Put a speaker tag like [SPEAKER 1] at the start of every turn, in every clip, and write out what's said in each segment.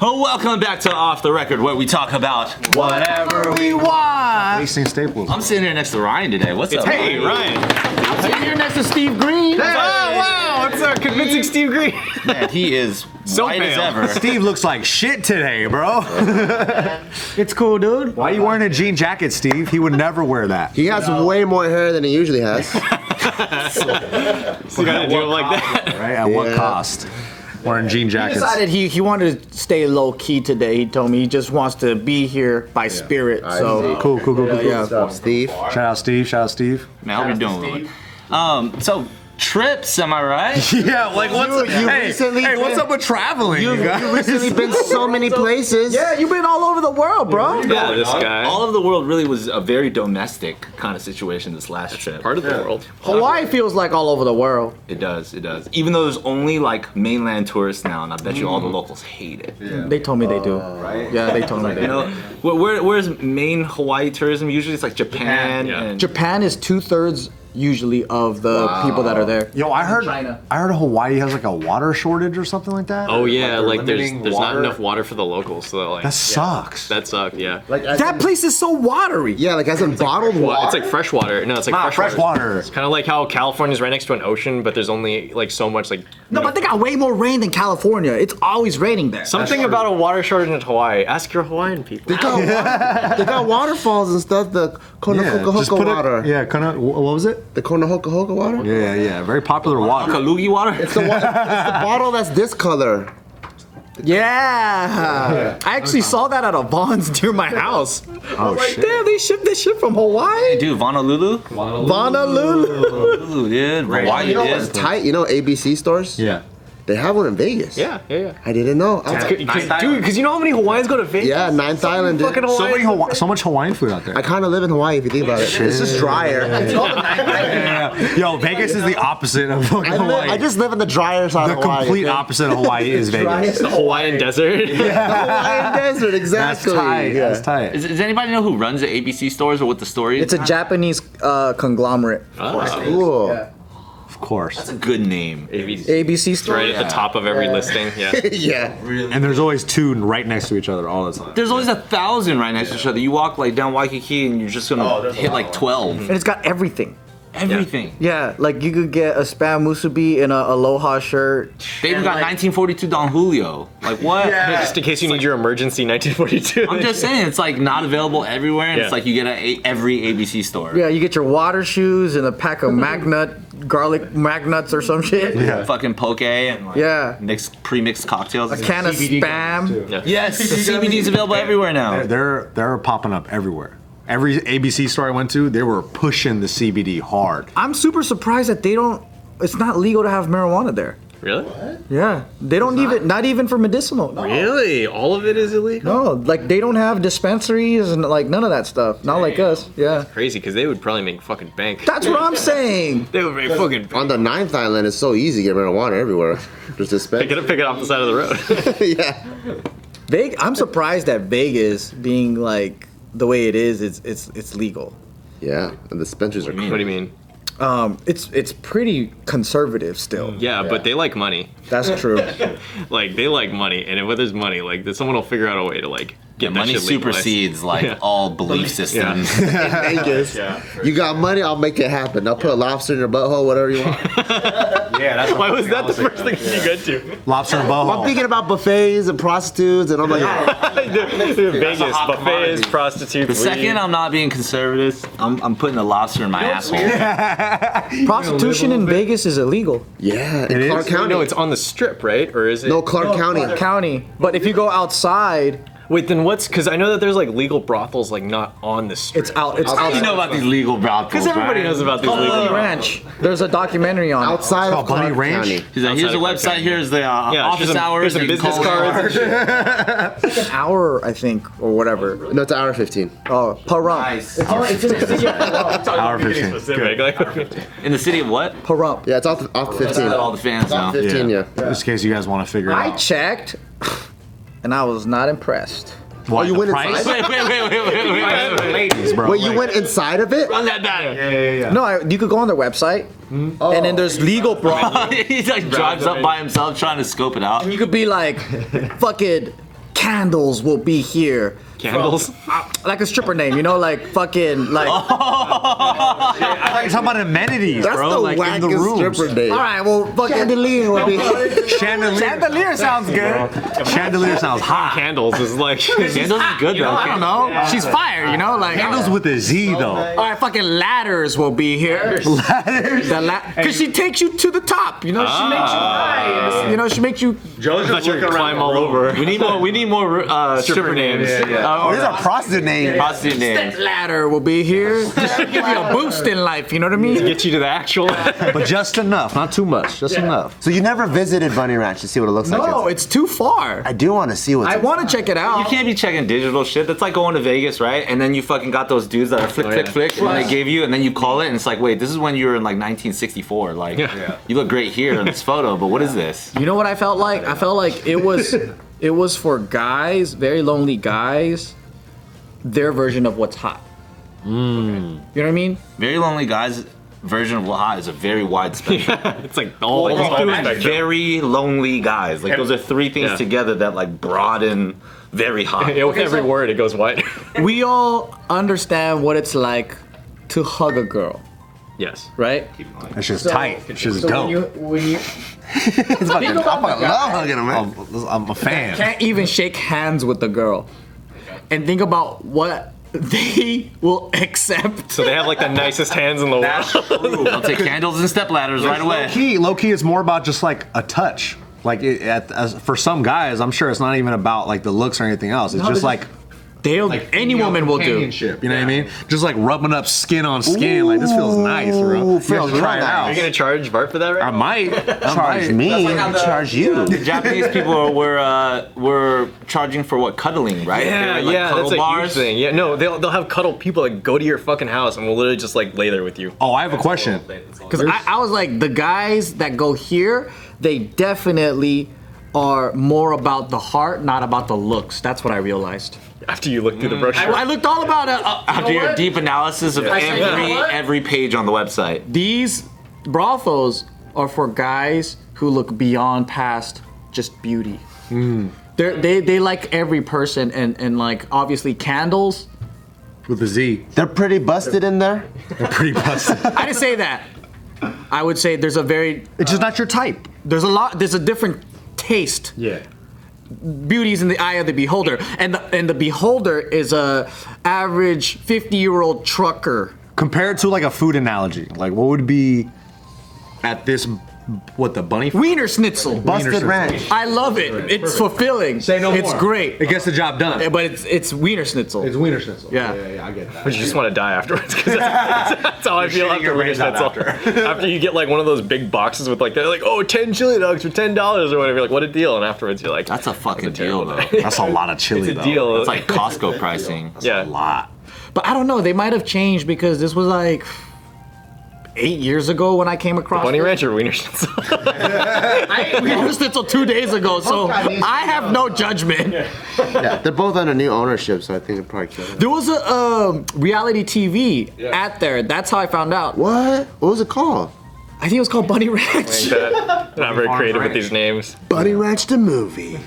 [SPEAKER 1] Welcome back to Off the Record, where we talk about whatever we want.
[SPEAKER 2] Hastings Staples.
[SPEAKER 1] I'm sitting here next to Ryan today. What's up?
[SPEAKER 3] Hey, Ryan.
[SPEAKER 2] here next to Steve Green.
[SPEAKER 3] Oh, wow. It's uh, convincing Steve Green.
[SPEAKER 1] Man, he is
[SPEAKER 3] So
[SPEAKER 1] white as
[SPEAKER 3] pale.
[SPEAKER 1] ever.
[SPEAKER 2] Steve looks like shit today, bro.
[SPEAKER 4] It's cool, dude.
[SPEAKER 2] Why are you wearing a jean jacket, Steve? He would never wear that.
[SPEAKER 5] He has way more hair than he usually has.
[SPEAKER 3] you gotta do it like that.
[SPEAKER 2] Right? At what
[SPEAKER 5] Yeah.
[SPEAKER 2] cost? Wearing jean
[SPEAKER 4] He
[SPEAKER 2] jackets.
[SPEAKER 4] decided he, he wanted to stay low key today. He told me he just wants to be here by spirit.
[SPEAKER 5] I
[SPEAKER 4] So
[SPEAKER 5] see.
[SPEAKER 2] Cool, cool, cool, cool, cool.
[SPEAKER 5] What's up, Steve?
[SPEAKER 2] Shout out Steve. Shout out Steve.
[SPEAKER 1] Man, how we doing? Um, so trips, am I right?
[SPEAKER 2] Yeah, like what's
[SPEAKER 5] you hey, recently hey, what's did- up
[SPEAKER 2] with traveling?
[SPEAKER 5] You've recently been so many places.
[SPEAKER 4] yeah, you've been all over the world, bro.
[SPEAKER 1] Yeah,
[SPEAKER 3] this guy.
[SPEAKER 1] All of the world really was a very domestic kind of situation this last trip.
[SPEAKER 3] Part of the world.
[SPEAKER 4] Hawaii feels like all over the world.
[SPEAKER 1] It does, it does. Even though there's only like mainland tourists now, and I bet you all the
[SPEAKER 3] Mm-hmm.
[SPEAKER 1] locals hate it.
[SPEAKER 4] They told me they do.
[SPEAKER 3] Uh,
[SPEAKER 4] Yeah, they told me they
[SPEAKER 1] You
[SPEAKER 4] do.
[SPEAKER 1] know, where, where, where's main Hawaii tourism? Usually it's like Japan,
[SPEAKER 3] yeah.
[SPEAKER 1] and
[SPEAKER 4] Japan is two thirds usually of the people that are there.
[SPEAKER 2] Yo, I heard
[SPEAKER 4] China.
[SPEAKER 2] I heard Hawaii has like a water shortage or something like that.
[SPEAKER 3] Oh, yeah.
[SPEAKER 2] they're
[SPEAKER 3] Like, there's
[SPEAKER 2] limiting
[SPEAKER 3] there's not
[SPEAKER 2] water.
[SPEAKER 3] enough water for the locals. So, like,
[SPEAKER 2] That sucks.
[SPEAKER 3] that sucked, yeah.
[SPEAKER 5] Like as
[SPEAKER 4] That
[SPEAKER 5] in-
[SPEAKER 4] place is so watery.
[SPEAKER 5] Yeah, like as in bottled
[SPEAKER 3] Well,
[SPEAKER 5] water.
[SPEAKER 3] it's like fresh water. No, it's like
[SPEAKER 2] Nah,
[SPEAKER 3] fresh,
[SPEAKER 2] fresh water.
[SPEAKER 3] It's kind of like how California's right next to an ocean, but there's only like so much like.
[SPEAKER 4] No, but they got way more rain than California. It's always raining there.
[SPEAKER 3] Something about a water shortage in Hawaii. Ask your Hawaiian
[SPEAKER 5] they
[SPEAKER 3] people.
[SPEAKER 5] got, wa- they got waterfalls and stuff. The
[SPEAKER 2] just
[SPEAKER 5] Konohokahoka
[SPEAKER 2] put it-
[SPEAKER 5] water.
[SPEAKER 2] yeah, kind of. What was it?
[SPEAKER 5] The Konohokahoka water.
[SPEAKER 2] Yeah, yeah, very popular water.
[SPEAKER 1] Kalugi water.
[SPEAKER 5] It's the, wa- it's the bottle that's this color.
[SPEAKER 4] Yeah. I actually saw that at a Vaughn's near my house.
[SPEAKER 3] Oh,
[SPEAKER 4] I
[SPEAKER 5] Oh,
[SPEAKER 4] was like,
[SPEAKER 2] shit.
[SPEAKER 4] damn, they shipped this shit from Hawaii.
[SPEAKER 1] Dude, Honolulu?
[SPEAKER 4] Honolulu.
[SPEAKER 1] Honolulu, dude. Hawaii,
[SPEAKER 5] You know
[SPEAKER 1] dude.
[SPEAKER 5] what's tight? You know ABC stores.
[SPEAKER 2] Yeah.
[SPEAKER 5] They have one in Vegas.
[SPEAKER 3] Yeah, yeah, yeah.
[SPEAKER 5] I didn't know. I-
[SPEAKER 3] Dude, because you know how many Hawaiians go to Vegas?
[SPEAKER 5] yeah, Ninth Island. dude.
[SPEAKER 3] Fucking
[SPEAKER 2] So many
[SPEAKER 3] Hawaiians.
[SPEAKER 2] Hawa- so much Hawaiian food out there.
[SPEAKER 5] I kind of live in Hawaii if you think about it. It's just drier.
[SPEAKER 2] Yeah, yeah. Yo, Vegas is the opposite of fucking
[SPEAKER 5] I,
[SPEAKER 2] Hawaii.
[SPEAKER 5] li- I just live in the drier side
[SPEAKER 2] the
[SPEAKER 5] of Hawaii.
[SPEAKER 2] complete opposite of Hawaii is Vegas.
[SPEAKER 3] the Hawaiian desert. Yeah.
[SPEAKER 5] Hawaiian desert,
[SPEAKER 2] That's
[SPEAKER 5] exactly.
[SPEAKER 2] tight. That's tight.
[SPEAKER 1] Is, does anybody know who runs the ABC stores or what the story is?
[SPEAKER 4] It's a Japanese uh, conglomerate.
[SPEAKER 3] Oh.
[SPEAKER 5] Cool.
[SPEAKER 4] Yeah.
[SPEAKER 2] Of course.
[SPEAKER 1] That's a good name.
[SPEAKER 4] ABC store.
[SPEAKER 3] Right at the top of every listing. Yeah.
[SPEAKER 5] yeah.
[SPEAKER 2] And there's always two right next to each other all the time.
[SPEAKER 1] There's always a thousand right next to each other. You walk like down Waikiki and you're just
[SPEAKER 3] Oh,
[SPEAKER 1] gonna hit like 12.
[SPEAKER 4] And it's got everything.
[SPEAKER 1] Everything.
[SPEAKER 4] Yeah, like you could get a spam musubi and a aloha shirt.
[SPEAKER 1] They even got 1942 Don Julio. Like what?
[SPEAKER 3] Just in case you need your emergency 1942.
[SPEAKER 1] I'm just saying, it's like not available everywhere, and
[SPEAKER 3] Yeah.
[SPEAKER 1] it's like you get at a- every ABC store.
[SPEAKER 4] Yeah, you get your water shoes and a pack of magnut garlic magnuts or some shit. Yeah.
[SPEAKER 1] Fucking poke and like
[SPEAKER 4] Yeah.
[SPEAKER 1] mixed pre-mixed cocktails.
[SPEAKER 4] A can of spam.
[SPEAKER 1] yes, CBD's available everywhere now.
[SPEAKER 2] They're, they're they're popping up everywhere. Every ABC store I went to, they were pushing the CBD hard.
[SPEAKER 4] I'm super surprised that they don't. It's not legal to have marijuana there.
[SPEAKER 3] Really?
[SPEAKER 4] Yeah, they don't even not even for medicinal. No.
[SPEAKER 3] Really? All of it is illegal?
[SPEAKER 4] No, like they don't have dispensaries and like none of that stuff. Not like us. Yeah.
[SPEAKER 3] Crazy, because they would probably make fucking bank.
[SPEAKER 4] That's what I'm saying.
[SPEAKER 3] They would make fucking bank.
[SPEAKER 5] On the ninth island, it's so easy to get marijuana everywhere. There's this
[SPEAKER 3] Pick it up, pick it off the side of the road.
[SPEAKER 5] yeah.
[SPEAKER 4] Ve- I'm surprised that Vegas being like the way it is, it's it's it's legal.
[SPEAKER 5] Yeah. And the dispensaries are
[SPEAKER 3] what do you mean?
[SPEAKER 4] Um, it's it's pretty conservative still.
[SPEAKER 3] Yeah, but they like money.
[SPEAKER 4] That's true.
[SPEAKER 3] Like, they like money, and if there's money, like, that someone will figure out a way to, like,
[SPEAKER 1] Yeah,
[SPEAKER 3] get that
[SPEAKER 1] money
[SPEAKER 3] shit legalized.
[SPEAKER 1] supersedes like
[SPEAKER 3] Yeah.
[SPEAKER 1] all belief systems.
[SPEAKER 5] Vegas. You got money, I'll make it happen. I'll put a lobster in your butthole, whatever you want.
[SPEAKER 2] Yeah, that's
[SPEAKER 3] Why was that the first thing you got to?
[SPEAKER 2] lobster and
[SPEAKER 5] I'm
[SPEAKER 2] boho.
[SPEAKER 5] thinking about buffets and prostitutes, and I'm like,
[SPEAKER 3] Vegas,
[SPEAKER 1] hot commodity.
[SPEAKER 3] buffets, prostitutes.
[SPEAKER 1] The second
[SPEAKER 3] weed.
[SPEAKER 1] I'm not being conservative, I'm, I'm putting the lobster in my asshole.
[SPEAKER 4] Prostitution in Vegas is illegal.
[SPEAKER 5] yeah.
[SPEAKER 2] It
[SPEAKER 5] In
[SPEAKER 2] is?
[SPEAKER 5] Clark County.
[SPEAKER 3] No, it's on the strip, right? Or is it?
[SPEAKER 5] no, Clark County.
[SPEAKER 4] County. But if you go outside,
[SPEAKER 3] Wait, then what's? Because I know that there's like legal brothels like not on the strip.
[SPEAKER 4] it's out. It's
[SPEAKER 1] How do you
[SPEAKER 4] outside.
[SPEAKER 1] know about these legal brothels?
[SPEAKER 3] Because everybody
[SPEAKER 1] Ryan?
[SPEAKER 3] knows about these legal.
[SPEAKER 4] Bunny Ranch. There's a documentary on it.
[SPEAKER 5] Outside of
[SPEAKER 2] called Bunny
[SPEAKER 5] Clark
[SPEAKER 2] Ranch?
[SPEAKER 5] County.
[SPEAKER 1] He's like, here's a
[SPEAKER 3] Outside of
[SPEAKER 1] website. Here's the uh,
[SPEAKER 3] Yeah,
[SPEAKER 1] office
[SPEAKER 3] here's some-
[SPEAKER 1] hours.
[SPEAKER 3] here's some
[SPEAKER 1] you can
[SPEAKER 3] business
[SPEAKER 1] call
[SPEAKER 3] cards.
[SPEAKER 1] them.
[SPEAKER 4] An hour, I think, or whatever.
[SPEAKER 5] No, it's hour 15.
[SPEAKER 4] Oh, Pahrump.
[SPEAKER 2] Hour 15.
[SPEAKER 3] Specific. Like,
[SPEAKER 1] In the city of what?
[SPEAKER 4] Pahrump.
[SPEAKER 5] Yeah, it's off, off 15.
[SPEAKER 1] Let all the fans
[SPEAKER 5] Off
[SPEAKER 1] know.
[SPEAKER 5] 15, yeah.
[SPEAKER 2] Just in case you guys want to figure it
[SPEAKER 4] I
[SPEAKER 2] out.
[SPEAKER 4] checked, and I was not impressed.
[SPEAKER 2] Why
[SPEAKER 5] Oh, you
[SPEAKER 2] the
[SPEAKER 5] went
[SPEAKER 2] price?
[SPEAKER 5] inside?
[SPEAKER 1] Wait, wait, wait, wait, wait, wait, wait, wait.
[SPEAKER 2] Bro,
[SPEAKER 5] Wait, you
[SPEAKER 2] like-
[SPEAKER 5] went inside of it?
[SPEAKER 1] Run that back.
[SPEAKER 2] Yeah, yeah, yeah.
[SPEAKER 4] No, I, you could go on their website, and then there's legal brothels.
[SPEAKER 1] he like drives up by himself trying to scope it out.
[SPEAKER 4] You could be like, fucking Candles will be here.
[SPEAKER 3] Candles?
[SPEAKER 4] Uh, like a stripper name, you know, like fucking like.
[SPEAKER 2] I thought you were talking about amenities,
[SPEAKER 5] That's
[SPEAKER 2] bro.
[SPEAKER 5] the
[SPEAKER 2] like in the
[SPEAKER 5] wackest
[SPEAKER 2] rooms.
[SPEAKER 5] stripper day.
[SPEAKER 4] All right, well, fucking chandelier will be here.
[SPEAKER 2] Chandelier.
[SPEAKER 4] chandelier sounds good.
[SPEAKER 2] Chandelier sounds hot.
[SPEAKER 3] Candles is like
[SPEAKER 1] Candles is good
[SPEAKER 4] You know,
[SPEAKER 1] though.
[SPEAKER 4] I don't know. She's fire, you know, like.
[SPEAKER 2] Candles with a Z though.
[SPEAKER 4] All right, fucking ladders will be here.
[SPEAKER 2] Ladders.
[SPEAKER 4] The la- Cause she takes you to the top, you know. She makes you high. You know, she makes you.
[SPEAKER 3] I thought you were gonna climb all over. We need more. We need more uh, stripper names. Uh,
[SPEAKER 2] Oh, these are prostitute names.
[SPEAKER 1] Positive names.
[SPEAKER 4] That ladder will be here. Just to give you a boost in life. You know what I mean?
[SPEAKER 3] Get you to the actual.
[SPEAKER 2] but just enough, not too much, just enough.
[SPEAKER 5] So you never visited Bunny Ranch to see what it looks like?
[SPEAKER 4] No, it's too far.
[SPEAKER 5] I do want to see what's.
[SPEAKER 4] I want to check it
[SPEAKER 1] You
[SPEAKER 4] out.
[SPEAKER 1] can't be checking digital shit. That's like going to Vegas, right? And then you fucking got those dudes that are flick,
[SPEAKER 3] Oh,
[SPEAKER 1] flick, flick, and they gave you, and then you call it, and it's like, wait, this is when you were in like 1964. Like, you look great here in this photo, but what is this?
[SPEAKER 4] You know what I felt like? I felt like it was it was for guys, very lonely guys, their version of what's hot.
[SPEAKER 5] Mm.
[SPEAKER 4] You know what I mean?
[SPEAKER 1] Very Lonely Guys version of Waha is a very wide spectrum.
[SPEAKER 3] it's like all.
[SPEAKER 1] It's
[SPEAKER 3] all
[SPEAKER 1] all
[SPEAKER 3] the
[SPEAKER 1] that
[SPEAKER 3] spectrum.
[SPEAKER 1] very lonely guys. Like, those are three things
[SPEAKER 3] Yeah.
[SPEAKER 1] together that like broaden very hot.
[SPEAKER 3] Yeah, with every word, it goes white.
[SPEAKER 4] We all understand what it's like to hug a girl,
[SPEAKER 3] yes.
[SPEAKER 4] right?
[SPEAKER 2] That shit's tight. That shit's
[SPEAKER 4] When you
[SPEAKER 2] dope.
[SPEAKER 4] when you
[SPEAKER 5] It's fucking- I fucking love hugging them, man.
[SPEAKER 2] I'm, I'm a fan.
[SPEAKER 4] can't even shake hands with the girl, and think about what they will accept.
[SPEAKER 3] So they have like the nicest hands in the world.
[SPEAKER 1] I'll take candles and step ladders right
[SPEAKER 2] Low
[SPEAKER 1] away.
[SPEAKER 2] key, low key, it's more about just like a touch. Like it, at, as, for some guys, I'm sure it's not even about like the looks or anything else. It's
[SPEAKER 4] No,
[SPEAKER 2] just
[SPEAKER 4] they're
[SPEAKER 2] like
[SPEAKER 4] just- They'll any woman will do.
[SPEAKER 2] companionship, You know what I mean? Just like rubbing up skin on skin. like this feels nice, bro.
[SPEAKER 5] Ooh,
[SPEAKER 2] You
[SPEAKER 5] feels
[SPEAKER 2] should try
[SPEAKER 5] real
[SPEAKER 2] it
[SPEAKER 5] nice.
[SPEAKER 2] out.
[SPEAKER 3] gonna charge Bart for that, right?
[SPEAKER 2] I might
[SPEAKER 5] Charge me,
[SPEAKER 1] like how the-
[SPEAKER 5] charge you.
[SPEAKER 1] The Japanese people were uh, were charging for what cuddling, right?
[SPEAKER 3] Yeah,
[SPEAKER 1] They were, like,
[SPEAKER 3] yeah,
[SPEAKER 1] cuddle
[SPEAKER 3] that's a
[SPEAKER 1] bars.
[SPEAKER 3] huge thing. Yeah, no, they'll, they'll have cuddle people that go to your fucking house and will literally just like lay there with you.
[SPEAKER 2] Oh, I have a question.
[SPEAKER 4] Because I, I was like, the guys that go here, they definitely are more about the heart, not about the looks. That's what I realized.
[SPEAKER 3] After you look through the
[SPEAKER 4] I,
[SPEAKER 3] brochure.
[SPEAKER 4] I looked all about it. Uh,
[SPEAKER 1] After
[SPEAKER 4] you know
[SPEAKER 1] your
[SPEAKER 4] what?
[SPEAKER 1] deep analysis of
[SPEAKER 4] said, you know
[SPEAKER 1] every
[SPEAKER 4] what?
[SPEAKER 1] every page on the website.
[SPEAKER 4] These brothels are for guys who look beyond past just beauty. They're, they they like every person and and like obviously candles.
[SPEAKER 2] With a Z.
[SPEAKER 5] They're pretty busted in there.
[SPEAKER 2] They're pretty busted.
[SPEAKER 4] I didn't say that. I would say there's a very
[SPEAKER 2] it's just not your type.
[SPEAKER 4] there's a lot there's a different taste
[SPEAKER 2] Yeah.
[SPEAKER 4] beauty's in the eye of the beholder and the, and the beholder is a average 50 year old trucker
[SPEAKER 2] Compared to like a food analogy, like what would be at this what the bunny?
[SPEAKER 4] wiener schnitzel
[SPEAKER 5] Busted
[SPEAKER 2] Wiener
[SPEAKER 5] Ranch.
[SPEAKER 4] i love it it's fulfilling
[SPEAKER 2] Say no
[SPEAKER 4] it's
[SPEAKER 2] more.
[SPEAKER 4] great
[SPEAKER 2] It gets the job done.
[SPEAKER 4] but it's it's wiener schnitzel
[SPEAKER 2] it's wiener schnitzel.
[SPEAKER 4] Yeah.
[SPEAKER 2] yeah, I get that.
[SPEAKER 3] But you just want to die afterwards because that's, that's how I feel
[SPEAKER 2] shitting your
[SPEAKER 3] after winning
[SPEAKER 2] brains out
[SPEAKER 3] that's all. After you get like one of those big boxes with like they're like oh 10 chili dogs for ten dollars or whatever. You're like what a deal! And afterwards you're like
[SPEAKER 1] That's a fucking deal, though.
[SPEAKER 2] That's a lot of chili
[SPEAKER 3] it's a
[SPEAKER 2] though.
[SPEAKER 3] deal.
[SPEAKER 1] It's like Costco pricing.
[SPEAKER 2] A
[SPEAKER 3] yeah.
[SPEAKER 2] lot.
[SPEAKER 4] but i don't know they might have changed because this was like eight years ago when i came across
[SPEAKER 3] Bunny
[SPEAKER 4] it.
[SPEAKER 3] Ranch or Wiener Schnitzel?
[SPEAKER 4] i ate wiener schnitzel two days ago so i have no judgment
[SPEAKER 5] Yeah, they're both under new ownership, so I think it probably killed it.
[SPEAKER 4] there was a um, reality tv at there that's how i found out
[SPEAKER 5] What? What was it called?
[SPEAKER 4] i think it was called bunny ranch
[SPEAKER 3] That- Not very creative with
[SPEAKER 2] Ranch.
[SPEAKER 3] these names.
[SPEAKER 5] Bunny Ranch the movie.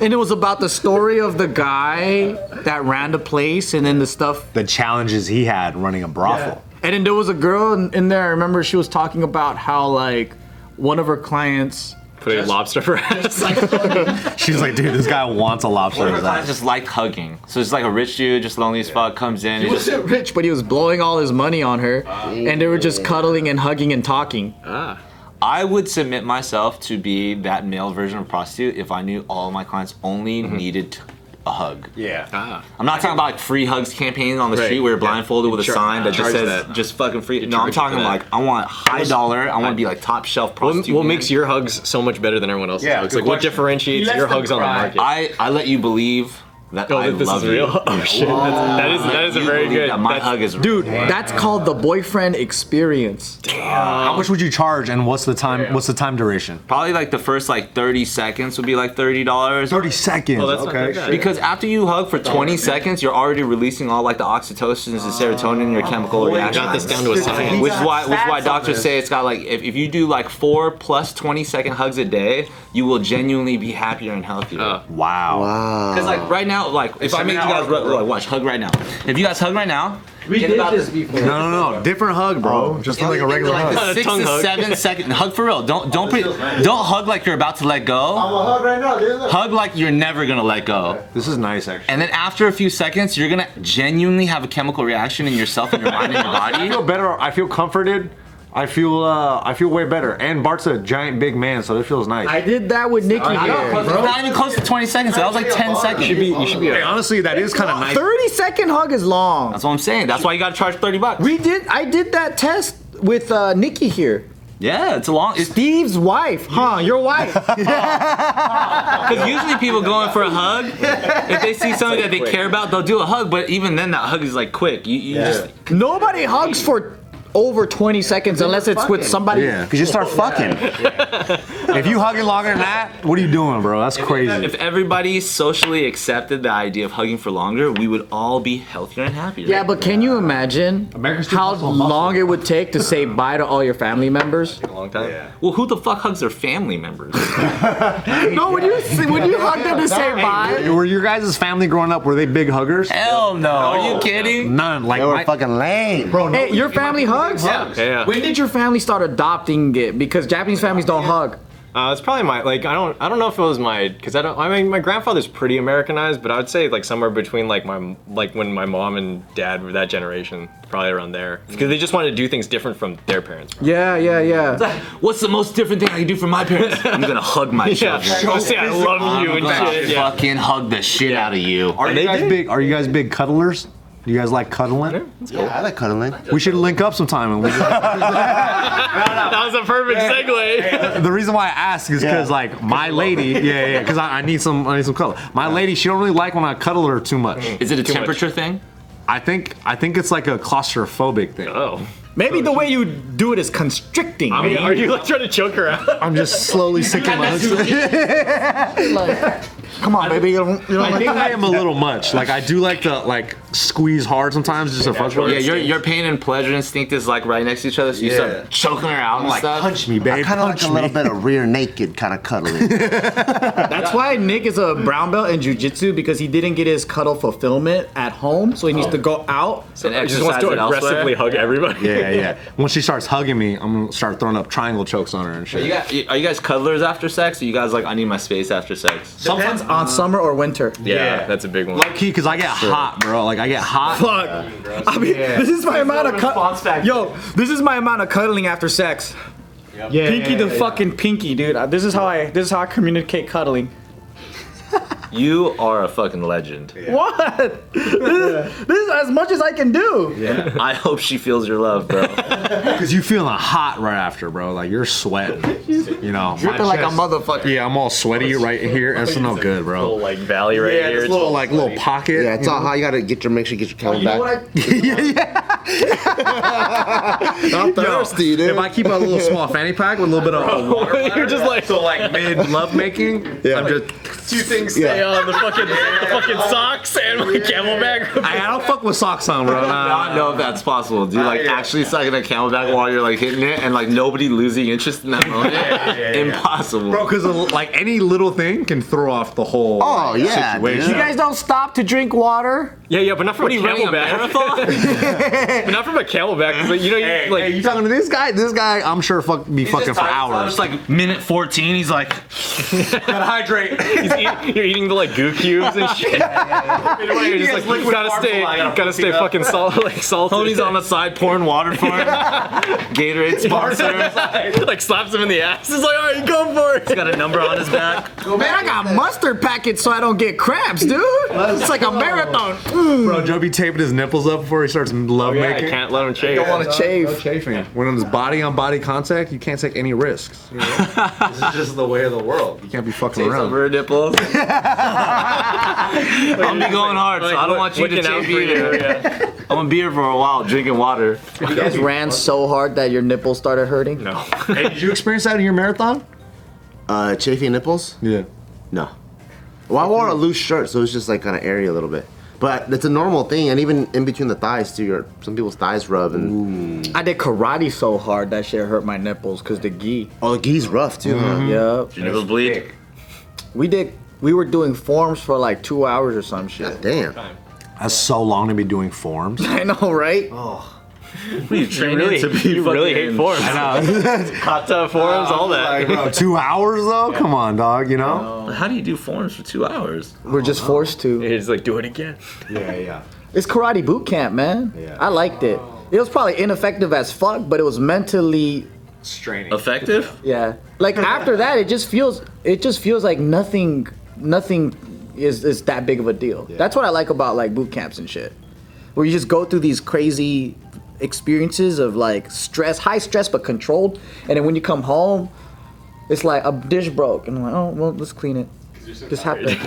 [SPEAKER 4] And it was about the story of the guy that ran the place and then the stuff.
[SPEAKER 2] The challenges he had running a brothel.
[SPEAKER 4] And then there was a girl in, in there. I remember she was talking about how, like, one of her clients.
[SPEAKER 3] Put a lobster for us.
[SPEAKER 2] She's like, dude, this guy wants a lobster. in his
[SPEAKER 1] I
[SPEAKER 2] ass.
[SPEAKER 1] just liked hugging. So it's like a rich dude, just lonely as fuck, comes in. and just,
[SPEAKER 4] wasn't rich, but he was blowing all his money on her. and they were just cuddling and hugging and talking.
[SPEAKER 3] Ah,
[SPEAKER 1] I would submit myself to be that male version of prostitute if I knew all my clients only
[SPEAKER 3] Mm-hmm.
[SPEAKER 1] needed a hug.
[SPEAKER 2] Yeah.
[SPEAKER 3] Ah.
[SPEAKER 1] I'm not talking about like free hugs campaign on the
[SPEAKER 3] Right,
[SPEAKER 1] street where you're
[SPEAKER 3] yeah.
[SPEAKER 1] blindfolded
[SPEAKER 3] You
[SPEAKER 1] with a
[SPEAKER 3] char-
[SPEAKER 1] sign that just
[SPEAKER 3] charge
[SPEAKER 1] says
[SPEAKER 3] that.
[SPEAKER 1] just fucking free. No, I'm
[SPEAKER 3] charge for
[SPEAKER 1] talking
[SPEAKER 3] that.
[SPEAKER 1] like I want high dollar. I want to be like top shelf
[SPEAKER 3] What,
[SPEAKER 1] prostitute.
[SPEAKER 3] what
[SPEAKER 1] man.
[SPEAKER 3] makes your hugs so much better than everyone else's?
[SPEAKER 2] Yeah,
[SPEAKER 3] hugs?
[SPEAKER 2] good
[SPEAKER 3] like what
[SPEAKER 2] question.
[SPEAKER 3] differentiates your hugs on the market?
[SPEAKER 1] I I let you believe That
[SPEAKER 3] Oh,
[SPEAKER 1] I
[SPEAKER 3] this
[SPEAKER 1] love
[SPEAKER 3] is
[SPEAKER 1] you.
[SPEAKER 3] real. Oh shit, that's, that is that is a
[SPEAKER 1] You
[SPEAKER 3] very
[SPEAKER 1] believe
[SPEAKER 3] good.
[SPEAKER 1] that my
[SPEAKER 3] that's-
[SPEAKER 1] hug is
[SPEAKER 4] Dude, that's called the boyfriend experience.
[SPEAKER 2] How much would you charge, and what's the time? What's the time duration?
[SPEAKER 1] Probably like the first like 30 seconds would be like $30.
[SPEAKER 2] Thirty seconds.
[SPEAKER 3] Oh, that's not that bad.
[SPEAKER 2] okay.
[SPEAKER 1] Because after you hug for 20 seconds, you're already releasing all like the oxytocin and serotonin in your
[SPEAKER 6] Oh,
[SPEAKER 1] chemical reaction.
[SPEAKER 3] got this down to a science.
[SPEAKER 1] Which is why, which
[SPEAKER 6] Stats
[SPEAKER 1] why
[SPEAKER 6] on
[SPEAKER 1] doctors
[SPEAKER 6] this.
[SPEAKER 1] say it's got like if, if you do like four plus 20 second hugs a day, you will genuinely be happier and healthier.
[SPEAKER 3] Uh.
[SPEAKER 2] Wow.
[SPEAKER 1] Because like right now, like if I make you guys ru- like watch hug right now, if you guys hug right now,
[SPEAKER 6] We
[SPEAKER 1] get
[SPEAKER 6] did
[SPEAKER 1] about
[SPEAKER 6] this before.
[SPEAKER 2] No, no, no. Different hug, bro. Oh, Just like a regular
[SPEAKER 1] like
[SPEAKER 2] hug.
[SPEAKER 1] the six
[SPEAKER 3] Tongue
[SPEAKER 1] to
[SPEAKER 3] hug.
[SPEAKER 1] seven second hug for real. Don't
[SPEAKER 6] Oh,
[SPEAKER 1] don't pre- don't hug like you're about to let go.
[SPEAKER 5] a hug right now. There's
[SPEAKER 1] Hug like you're never gonna let go.
[SPEAKER 2] This is nice, actually.
[SPEAKER 1] And then after a few seconds, you're gonna genuinely have a chemical reaction in yourself and your mind and your
[SPEAKER 2] I feel
[SPEAKER 1] body.
[SPEAKER 2] better. I feel comforted. I feel. Uh, I feel way better. And Bart's a giant, big man, so this feels nice.
[SPEAKER 4] I did that with Nikki here.
[SPEAKER 1] It's not even close to 20 seconds. That was like 10 seconds.
[SPEAKER 3] you should be.
[SPEAKER 2] Hey, honestly, that is kind of nice.
[SPEAKER 4] 30 second hug is long.
[SPEAKER 1] That's what I'm saying. That's why you gotta charge 30 bucks.
[SPEAKER 4] We did. I did that test with uh, Nikki here.
[SPEAKER 1] Yeah, it's a long. It's
[SPEAKER 4] Steve's wife, huh? Your wife.
[SPEAKER 1] because usually people go in for a hug. If they see something that they care about, they'll do a hug. But even then, that hug is like quick. You, you just
[SPEAKER 4] Nobody hugs for over 20 seconds unless it's with somebody.
[SPEAKER 2] Yeah, because you start fucking. if you hugging longer than that, what are you doing, bro? That's crazy.
[SPEAKER 1] If everybody socially accepted the idea of hugging for longer, we would all be healthier and happier.
[SPEAKER 4] Yeah, but can you imagine
[SPEAKER 2] Americans do
[SPEAKER 4] how
[SPEAKER 2] hustle, hustle.
[SPEAKER 4] long it would take to say bye to all your family members?
[SPEAKER 3] long time.
[SPEAKER 1] well, who the fuck hugs their family members?
[SPEAKER 4] No, when you when you hug them to say bye,
[SPEAKER 2] Were your guys' family growing up? Were they big huggers?
[SPEAKER 1] Hell no! Are you kidding?
[SPEAKER 2] None. Like
[SPEAKER 5] They were
[SPEAKER 2] my-
[SPEAKER 5] fucking lame.
[SPEAKER 2] bro.
[SPEAKER 4] hey, your family hugs.
[SPEAKER 3] Yeah. Yeah.
[SPEAKER 4] When did your family start adopting it? Because Japanese families don't hug.
[SPEAKER 3] Uh, it's probably my like I don't I don't know if it was my because I don't I mean my grandfather's pretty Americanized but I would say like somewhere between like my like when my mom and dad were that generation probably around there because they just wanted to do things different from their parents. Probably.
[SPEAKER 4] Yeah, yeah, yeah.
[SPEAKER 1] What's the most different thing I can do for my parents? I'm gonna hug my
[SPEAKER 3] Yeah,
[SPEAKER 1] children.
[SPEAKER 3] Just say I love you
[SPEAKER 1] I'm
[SPEAKER 3] and
[SPEAKER 1] gonna
[SPEAKER 3] shit. Yeah.
[SPEAKER 1] fucking hug the shit out of you.
[SPEAKER 2] Are you
[SPEAKER 3] they
[SPEAKER 2] guys
[SPEAKER 3] did.
[SPEAKER 2] big? Are you guys big cuddlers? Do you guys like cuddling?
[SPEAKER 5] Yeah, I like cuddling.
[SPEAKER 2] We should link up sometime. And we
[SPEAKER 3] That was a perfect segue.
[SPEAKER 2] the reason why I ask is because
[SPEAKER 5] Yeah.
[SPEAKER 2] like my lady, yeah, yeah, because I, I need some, I need some cuddle. My lady, she don't really like when I cuddle her too much.
[SPEAKER 1] Is it a
[SPEAKER 3] Too much.
[SPEAKER 1] temperature thing?
[SPEAKER 2] I think, I think it's like a claustrophobic thing.
[SPEAKER 3] Oh,
[SPEAKER 4] Maybe the way you do it is constricting.
[SPEAKER 3] I mean, are you like trying to choke her out?
[SPEAKER 2] I'm just slowly sinking my.
[SPEAKER 4] Come on, baby. You don't, you don't
[SPEAKER 2] I
[SPEAKER 4] like
[SPEAKER 2] think I
[SPEAKER 4] that?
[SPEAKER 2] am a little much. Like I do like the like squeeze hard sometimes, just to fuck with. her.
[SPEAKER 1] Yeah, your, your pain and pleasure instinct is like right next to each other, so you start choking her out and
[SPEAKER 2] like
[SPEAKER 1] stuff.
[SPEAKER 2] punch me, babe.
[SPEAKER 5] Kind of like
[SPEAKER 2] punch
[SPEAKER 5] a little
[SPEAKER 2] me.
[SPEAKER 5] bit of rear naked kind of cuddling.
[SPEAKER 4] That's why Nick is a brown belt in jujitsu because he didn't get his cuddle fulfillment at home, so he needs to go out.
[SPEAKER 1] and
[SPEAKER 3] I Oh. just wants to
[SPEAKER 1] exercise it elsewhere.
[SPEAKER 3] aggressively hug everybody.
[SPEAKER 2] Yeah, yeah. Once she starts hugging me, I'm gonna start throwing up triangle chokes on her and
[SPEAKER 1] Are you, guys,
[SPEAKER 2] shit.
[SPEAKER 1] are you guys cuddlers after sex? Or you guys like I need my space after sex?
[SPEAKER 4] Sometimes
[SPEAKER 1] uh-huh.
[SPEAKER 4] on summer or winter.
[SPEAKER 3] Yeah, that's a big one.
[SPEAKER 2] Low key, cause I get hot, bro. Like I get hot.
[SPEAKER 4] Fuck. I mean, this is my amount of cuddling. Yo, this is my amount of cuddling after sex. pinky to fucking pinky, dude. Uh, This is how I this is how I communicate cuddling.
[SPEAKER 1] You are a fucking legend.
[SPEAKER 4] What? This, is, this is as much as I can do.
[SPEAKER 1] I hope she feels your love, bro.
[SPEAKER 2] Cause you feeling hot right after, bro. Like you're sweating. You know, my
[SPEAKER 4] like a
[SPEAKER 2] chest-
[SPEAKER 4] motherfucker.
[SPEAKER 2] Yeah, I'm all sweaty right here. That's no good,
[SPEAKER 3] Little
[SPEAKER 2] bro.
[SPEAKER 3] like valley right
[SPEAKER 2] Yeah,
[SPEAKER 3] here.
[SPEAKER 2] this
[SPEAKER 3] It's
[SPEAKER 2] little like little pocket.
[SPEAKER 5] yeah, it's all how you gotta get your make sure you get your camera back.
[SPEAKER 2] yeah, yeah.
[SPEAKER 5] I'm thirsty, dude.
[SPEAKER 2] If I keep a little small fanny pack with a little bit of water,
[SPEAKER 3] You're just like so like
[SPEAKER 2] mid love making,
[SPEAKER 5] Yeah.
[SPEAKER 2] I'm just.
[SPEAKER 3] two things stay
[SPEAKER 5] Yeah.
[SPEAKER 3] on the fucking the fucking socks and my camelback.
[SPEAKER 2] I, I don't fuck with socks on, bro.
[SPEAKER 1] I
[SPEAKER 2] Nah.
[SPEAKER 1] don't know if that's possible. Do you like actually sucking a camelback while you're like hitting it and like nobody losing interest in that moment? Impossible.
[SPEAKER 2] Bro, because like any little thing can throw off the whole.
[SPEAKER 5] Oh,
[SPEAKER 2] like,
[SPEAKER 5] yeah,
[SPEAKER 2] situation.
[SPEAKER 5] dude.
[SPEAKER 4] You guys don't stop to drink water.
[SPEAKER 3] Yeah, yeah, but not from a
[SPEAKER 1] running a
[SPEAKER 3] camelback.
[SPEAKER 1] marathon?
[SPEAKER 3] But not from a camelback. But you know, you, like
[SPEAKER 2] Hey, you talking to this guy? This guy, I'm sure, fuck be fucking for hours.
[SPEAKER 1] It's like minute 14. He's like,
[SPEAKER 2] gotta hydrate.
[SPEAKER 3] he's eat, you're eating the like goo cubes and shit. You're just like
[SPEAKER 1] liquid
[SPEAKER 3] gotta
[SPEAKER 1] carbs
[SPEAKER 3] stay,
[SPEAKER 1] a lot, I gotta
[SPEAKER 3] gotta
[SPEAKER 1] pump
[SPEAKER 3] stay
[SPEAKER 1] it up.
[SPEAKER 3] fucking salt, like salty.
[SPEAKER 1] Tony's on the side pouring water for him. Gatorade sponsor.
[SPEAKER 3] like slaps him in the ass. It's like, all right, go for it.
[SPEAKER 1] He's got a number on his back.
[SPEAKER 4] Man, I got mustard packets so I don't get cramps, dude. It's like a marathon.
[SPEAKER 2] Bro, Joe be taping his nipples up before he starts love
[SPEAKER 3] Yeah, I
[SPEAKER 2] making.
[SPEAKER 3] can't let him shave.
[SPEAKER 4] don't want to chafe.
[SPEAKER 2] chafing. When it's body on body contact, you can't take any risks. You know? this is just the way of the world. You can't be fucking around.
[SPEAKER 1] nipples. I'm be going hard, so I don't want you to
[SPEAKER 3] Looking out
[SPEAKER 1] take
[SPEAKER 3] for
[SPEAKER 1] me
[SPEAKER 3] you,
[SPEAKER 1] there.
[SPEAKER 3] yeah.
[SPEAKER 1] I'm gonna be here for a while, drinking water.
[SPEAKER 4] You guys ran so hard that your nipples started hurting.
[SPEAKER 3] No.
[SPEAKER 2] Did you experience that in your marathon?
[SPEAKER 5] Uh, chafing nipples?
[SPEAKER 2] Yeah.
[SPEAKER 5] No. Well, I wore a loose shirt, so it's just like kind of airy a little bit. But it's a normal thing, and even in between the thighs too. Your some people's thighs rub, and
[SPEAKER 4] I did karate so hard that shit hurt my nipples because the gi.
[SPEAKER 5] oh, the gi's rough too. huh?
[SPEAKER 4] Yup.
[SPEAKER 3] Mm-hmm.
[SPEAKER 1] Your nipples bleed.
[SPEAKER 4] We did. We were doing forms for like two hours or some
[SPEAKER 2] Mm-hmm.
[SPEAKER 4] shit.
[SPEAKER 5] Damn.
[SPEAKER 2] That's so long to be doing forms.
[SPEAKER 4] I know, right?
[SPEAKER 1] You
[SPEAKER 3] You
[SPEAKER 1] train
[SPEAKER 3] really,
[SPEAKER 1] to be
[SPEAKER 3] you really hate forums. I know. Kata
[SPEAKER 2] Oh
[SPEAKER 3] forums, all that.
[SPEAKER 2] Bro, two hours though? Come on, dog. You know.
[SPEAKER 1] How do you do forms for two hours?
[SPEAKER 4] We're just forced to.
[SPEAKER 3] He's like, do it again.
[SPEAKER 2] Yeah, yeah.
[SPEAKER 4] It's karate boot camp, man.
[SPEAKER 2] Yeah.
[SPEAKER 4] I liked it. It was probably ineffective as fuck, but it was mentally
[SPEAKER 2] Straining.
[SPEAKER 1] Effective?
[SPEAKER 4] Yeah. Like after that, it just feels it just feels like nothing nothing is is that big of a deal. That's what I like about like boot camps and shit, where you just go through these crazy experiences of like stress, high stress but controlled, and then when you come home, it's like a dish broke, and I'm like, oh well, let's clean it. This happened.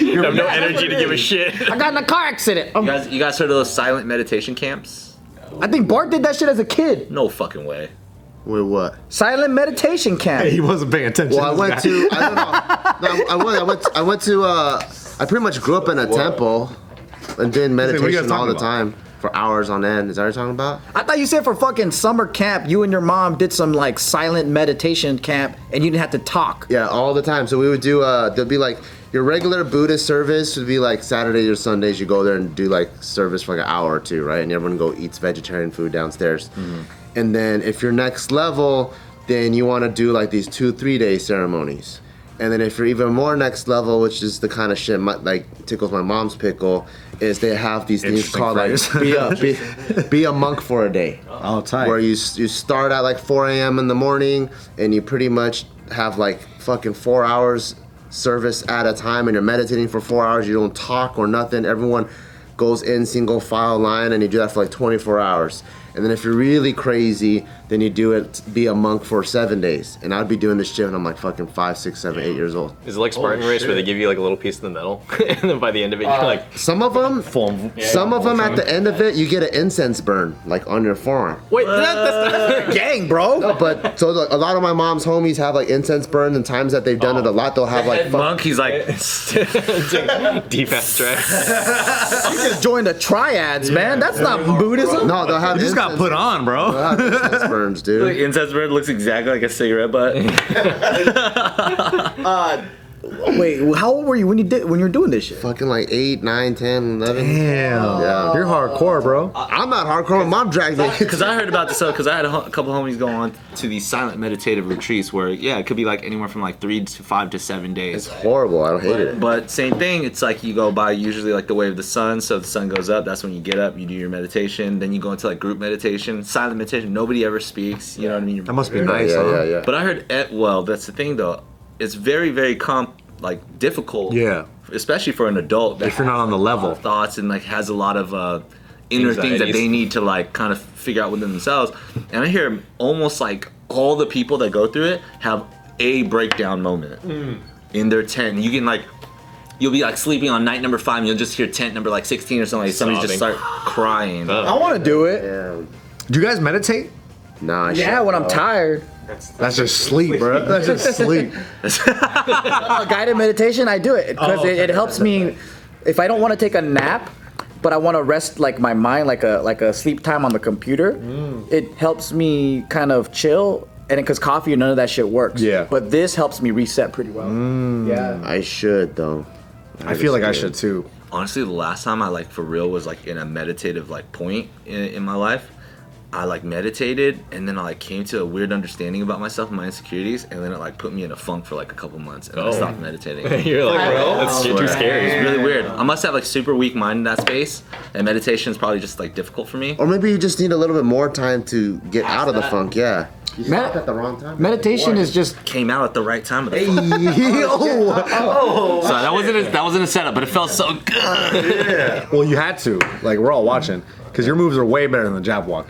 [SPEAKER 3] You have no energy to give a shit.
[SPEAKER 4] I got in a car accident.
[SPEAKER 1] You
[SPEAKER 4] Um,
[SPEAKER 1] guys, you guys heard of those silent meditation camps?
[SPEAKER 4] I think Bart did that shit as a kid.
[SPEAKER 1] No fucking way.
[SPEAKER 5] Wait, what?
[SPEAKER 4] Silent meditation camp.
[SPEAKER 2] He wasn't paying attention.
[SPEAKER 5] Well, I went to. I don't know. No, I went. I went. I went to. Uh, I pretty much grew up in a temple, and did
[SPEAKER 2] guys
[SPEAKER 5] meditation all
[SPEAKER 2] talking
[SPEAKER 5] the
[SPEAKER 2] about?
[SPEAKER 5] time for hours on end. Is that what you're talking about?
[SPEAKER 4] I thought you said for fucking summer camp, you and your mom did some like silent meditation camp, and you didn't have to talk.
[SPEAKER 5] Yeah, all the time. So we would do. Uh, there'd be like your regular Buddhist service would be like Saturdays or Sundays. You go there and do like service for like an hour or two, right? And everyone go eats vegetarian food downstairs.
[SPEAKER 2] Mm-hmm.
[SPEAKER 5] And then if you're next level, then you want to do like these two three day ceremonies. And then if you're even more next level, which is the kind of shit my, like tickles my mom's pickle, is they have these things
[SPEAKER 2] Interesting
[SPEAKER 5] called like be a, be, be a monk for a day
[SPEAKER 2] Oh, tight.
[SPEAKER 5] where you you start at like 4 a.m. in the morning and you pretty much have like fucking four hours service at a time and you're meditating for four hours. You don't talk or nothing. Everyone goes in single file line and you do that for like 24 hours. And then if you're really crazy, then you do it be a monk for seven days. And I'd be doing this shit when I'm like fucking five, six, seven, eight years old.
[SPEAKER 3] Is it like Spartan
[SPEAKER 2] Oh,
[SPEAKER 3] Race where they give you like a little piece of the metal? and then by the end of it,
[SPEAKER 2] Uh,
[SPEAKER 3] you're like,
[SPEAKER 5] Some of them, some of them at the end of it, you get an incense burn like on your forearm.
[SPEAKER 4] Wait, that's not gang, bro.
[SPEAKER 5] No, but so like, a lot of my mom's homies have like incense burns, and times that they've
[SPEAKER 4] Oh.
[SPEAKER 5] done it a lot, they'll have like fuck,
[SPEAKER 1] Monk, he's like,
[SPEAKER 3] deep ass stress.
[SPEAKER 4] You just joined the triads, man. That's not Buddhism.
[SPEAKER 5] no, they'll have
[SPEAKER 2] You just got put on, bro.
[SPEAKER 5] they'll have incense burns,
[SPEAKER 1] like
[SPEAKER 5] dude.
[SPEAKER 1] incense bird looks exactly like a cigarette butt.
[SPEAKER 4] Wait, how old were you when you did when you were doing this shit?
[SPEAKER 5] Fucking like eight, nine, ten, eleven.
[SPEAKER 2] Damn.
[SPEAKER 5] Yeah.
[SPEAKER 2] You're hardcore, bro.
[SPEAKER 5] I'm not hardcore. My mom dragged me.
[SPEAKER 1] Because I heard about this because I had a, ho- a couple homies going on to these silent meditative retreats where, yeah, it could be like anywhere from like three to five to seven days.
[SPEAKER 5] It's horrible. I don't hate it.
[SPEAKER 1] But same thing, it's like you go by usually like the way of the sun. So the sun goes up, that's when you get up, you do your meditation, then you go into like group meditation, silent meditation. Nobody ever speaks. You know what I mean?
[SPEAKER 2] That must be
[SPEAKER 5] Yeah,
[SPEAKER 2] nice.
[SPEAKER 5] yeah,
[SPEAKER 2] huh?
[SPEAKER 5] yeah, yeah.
[SPEAKER 1] But I heard at well, that's the thing though. It's very very comp like difficult.
[SPEAKER 2] Yeah.
[SPEAKER 1] Especially for an adult that
[SPEAKER 2] If you're not on the
[SPEAKER 1] has a lot
[SPEAKER 2] level.
[SPEAKER 1] of thoughts and like has a lot of uh, inner things that
[SPEAKER 3] Anxieties.
[SPEAKER 1] they need to like kind of figure out within themselves. And I hear almost like all the people that go through it have a breakdown moment
[SPEAKER 3] Hmm.
[SPEAKER 1] in their tent. You can like you'll be like sleeping on night number five and you'll just hear tent number like 16 or something like somebody just
[SPEAKER 3] Sobbing.
[SPEAKER 1] start crying
[SPEAKER 3] Fuck.
[SPEAKER 4] I want to do it. Oh.
[SPEAKER 5] Yeah.
[SPEAKER 2] Do you guys meditate?
[SPEAKER 5] Nah.
[SPEAKER 4] Yeah, when I'm tired.
[SPEAKER 2] That's just sleep, bro. That's just sleep.
[SPEAKER 4] Uh, guided meditation, I do it because it, it helps me. If I don't want to take a nap, but I want to rest like my mind, like a like a sleep time on the computer, it helps me kind of chill. And because coffee, none of that shit works.
[SPEAKER 2] Yeah.
[SPEAKER 4] But this helps me reset pretty well. Yeah.
[SPEAKER 5] I should though.
[SPEAKER 2] I feel like I
[SPEAKER 5] just
[SPEAKER 2] should too.
[SPEAKER 1] honestly the last time i like for real was like in a meditative like point in, in my life i like meditated and then i like came to a weird understanding about myself and my insecurities and then it like put me in a funk for like a couple months and then
[SPEAKER 3] Oh.
[SPEAKER 1] i stopped meditating
[SPEAKER 3] you're like, bro, that's shit too
[SPEAKER 1] it's
[SPEAKER 3] scary.
[SPEAKER 1] really weird i must have like super weak mind in that space and meditation is probably just like difficult for me
[SPEAKER 5] Or maybe you just need a little bit more time to get out of the funk. Yeah. You
[SPEAKER 4] Medi-
[SPEAKER 5] stopped at the wrong time.
[SPEAKER 4] Meditation is just
[SPEAKER 1] Came out at the right time. Of the fuck-
[SPEAKER 2] oh,
[SPEAKER 1] Sorry, that wasn't a, that wasn't a setup, but it felt so good.
[SPEAKER 2] well, you had to. Like we're all watching because your moves are way better than the jab walk.